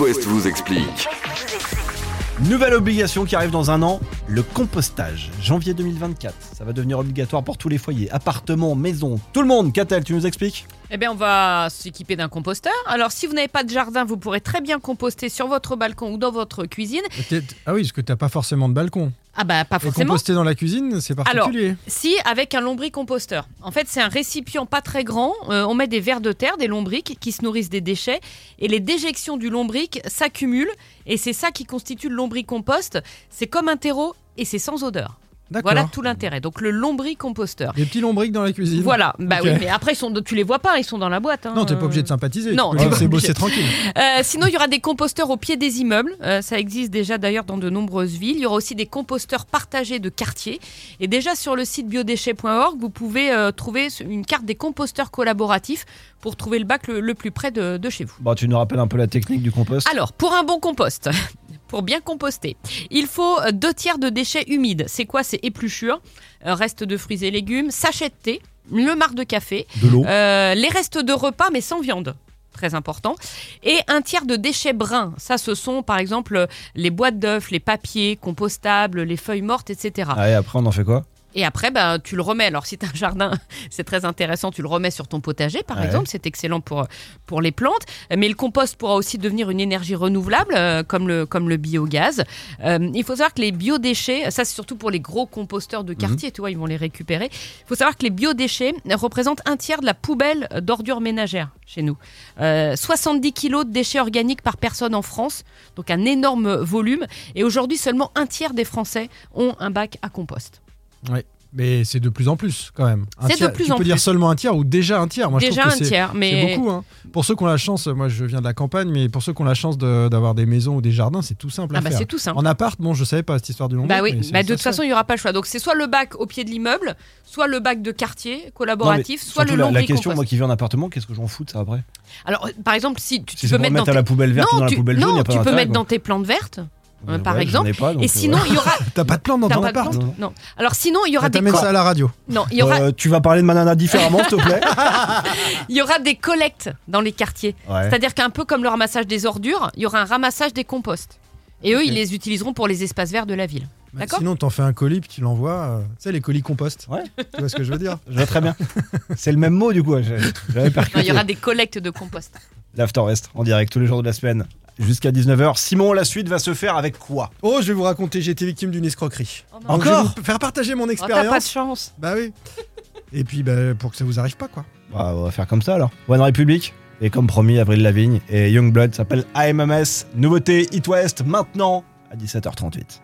West vous explique. Nouvelle obligation qui arrive dans un an, le compostage. Janvier 2024, ça va devenir obligatoire pour tous les foyers, appartements, maisons, tout le monde. Catel, tu nous expliques Eh bien, on va s'équiper d'un composteur. Alors, si vous n'avez pas de jardin, vous pourrez très bien composter sur votre balcon ou dans votre cuisine. Peut-être- Ah oui, parce que t'as pas forcément de balcon. Ah bah, pas Et forcément. composter dans la cuisine, c'est Alors, particulier. Si, avec un lombricomposteur. En fait, c'est un récipient pas très grand. Euh, on met des vers de terre, des lombriques qui se nourrissent des déchets. Et les déjections du lombric s'accumulent. Et c'est ça qui constitue le lombricompost. C'est comme un terreau et c'est sans odeur. D'accord. Voilà tout l'intérêt. Donc, le lombricomposteur. Des petits lombrics dans la cuisine. Voilà, bah Ok. oui, mais après, ils sont, tu les vois pas, ils sont dans la boîte. hein. Non, t'es pas obligé de sympathiser. Non, tu t'es peux pas laisser obligé. bosser tranquille. Euh, sinon, il y aura des composteurs au pied des immeubles. Euh, ça existe déjà d'ailleurs dans de nombreuses villes. Il y aura aussi des composteurs partagés de quartiers. Et déjà sur le site biodéchets.org, vous pouvez euh, trouver une carte des composteurs collaboratifs pour trouver le bac le, le plus près de, de chez vous. Bon, Bah, tu nous rappelles un peu la technique du compost. Alors, pour un bon compost, pour bien composter, il faut euh, deux tiers de déchets humides. C'est quoi C'est épluchures, euh, restes de fruits et légumes, sachets de thé, le marc de café, De l'eau. euh, les restes de repas, mais sans viande. Très important. Et un tiers de déchets bruns. Ça, ce sont par exemple les boîtes d'œufs, les papiers compostables, les feuilles mortes, etc. Ah, et après, on en fait quoi Et après, ben, tu le remets. Alors, si tu as un jardin, c'est très intéressant, tu le remets sur ton potager, par Ouais. exemple. C'est excellent pour, pour les plantes. Mais le compost pourra aussi devenir une énergie renouvelable, euh, comme, le, comme le biogaz. Euh, il faut savoir que les biodéchets, ça c'est surtout pour les gros composteurs de quartier, tu vois, ils vont les récupérer. Il faut savoir que les biodéchets représentent un tiers de la poubelle d'ordures ménagères chez nous. Euh, 70 kilos de déchets organiques par personne en France, donc un énorme volume. Et aujourd'hui, seulement un tiers des Français ont un bac à compost. Mais c'est de plus en plus quand même. Un C'est de tiers- plus tu en peux dire plus. seulement un tiers ou déjà un tiers. Moi, je Déjà trouve un que c'est- tiers, mais C'est beaucoup. hein. Pour ceux qui ont la chance, moi je viens de la campagne, mais pour ceux qui ont la chance de- d'avoir des maisons ou des jardins, c'est tout simple à ah bah faire. c'est tout simple. En appart, bon, je savais pas cette histoire du lombric. Bah oui, mais c'est- bah de ça toute se façon, il n'y aura pas le choix. Donc c'est soit le bac au pied de l'immeuble, soit le bac de quartier collaboratif, Non, mais soit le surtout, la, la question, lombricompost. moi qui vis en appartement, qu'est-ce que j'en fous de ça après Alors euh, par exemple, si tu, tu Si c'est peux pour le mettre dans mettre à tes... la poubelle verte ou non, dans la tu, poubelle jaune, non, y a pas tu peux d'intérêt, mettre quoi. dans tes plantes vertes. Ouais, par j'en ai exemple. pas, donc, et euh, sinon, il y aura fait. T'as pas de plan dans T'as ton pas de appart. plan. non. Alors sinon, il y aura Ah, des T'amènes co- ça à la radio. non, il y aura Euh, tu vas parler de Manana différemment, s'il te plaît il y aura des collectes dans les quartiers. Ouais. C'est-à-dire qu'un peu comme le ramassage des ordures, il y aura un ramassage des composts. Et eux, ils les utiliseront pour les espaces verts de la ville. Bah, D'accord Sinon, t'en fais un colis puis tu l'envoies. euh, Tu sais, les colis compost. Ouais. Tu vois ce que je veux dire Je vois très bien. C'est le même mot, du coup. j'ai- J'avais Non, il y percuté. aura des collectes de compost. L'After West, en direct tous les jours de la semaine, jusqu'à 19h. Simon, la suite va se faire avec quoi Oh, je vais vous raconter, j'ai été victime d'une escroquerie. Oh non. Donc, je Encore vais vous faire partager mon Oh, T'as pas de expérience. chance. bah oui. Et puis, bah, pour que ça vous arrive pas, quoi. Bah, on va faire comme ça alors. One Republic et comme promis Avril Lavigne et Youngblood s'appelle AMMS. Nouveauté Hit West maintenant à 17h38.